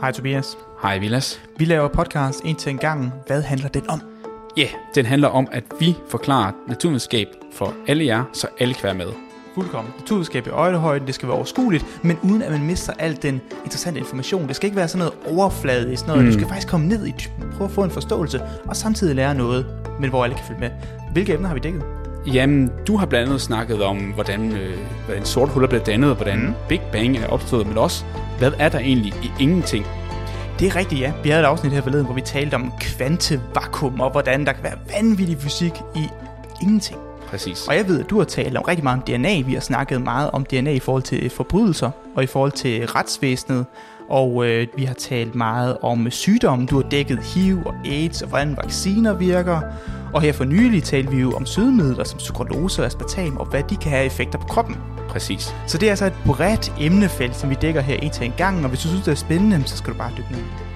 Hej Tobias. Hej Vilas. Vi laver podcast en til en gang. Hvad handler den om? Ja, yeah, den handler om, at vi forklarer naturvidenskab for alle jer, så alle kan være med. Fuldkommen. Naturvidenskab i øjnehøjden, det skal være overskueligt, men uden at man mister al den interessante information. Det skal ikke være sådan noget overfladisk noget. Mm. Du skal faktisk komme ned i dybden, prøve at få en forståelse, og samtidig lære noget, men hvor alle kan følge med. Hvilke emner har vi dækket? Jamen, du har blandt andet snakket om, hvordan, øh, hvordan sorte huller bliver dannet, hvordan mm. Big Bang er opstået, men også, hvad er der egentlig i ingenting? Det er rigtigt, ja. Vi havde et afsnit her forleden, hvor vi talte om kvantevakuum, og hvordan der kan være vanvittig fysik i ingenting. Præcis. Og jeg ved, at du har talt om rigtig meget om DNA. Vi har snakket meget om DNA i forhold til forbrydelser og i forhold til retsvæsenet. Og øh, vi har talt meget om sygdomme. Du har dækket HIV og AIDS og hvordan vacciner virker. Og her for nylig talte vi jo om sødemidler som sukralose og aspartam og hvad de kan have effekter på kroppen. Præcis. Så det er altså et bredt emnefelt, som vi dækker her en til en gang. Og hvis du synes, det er spændende, så skal du bare dykke ned.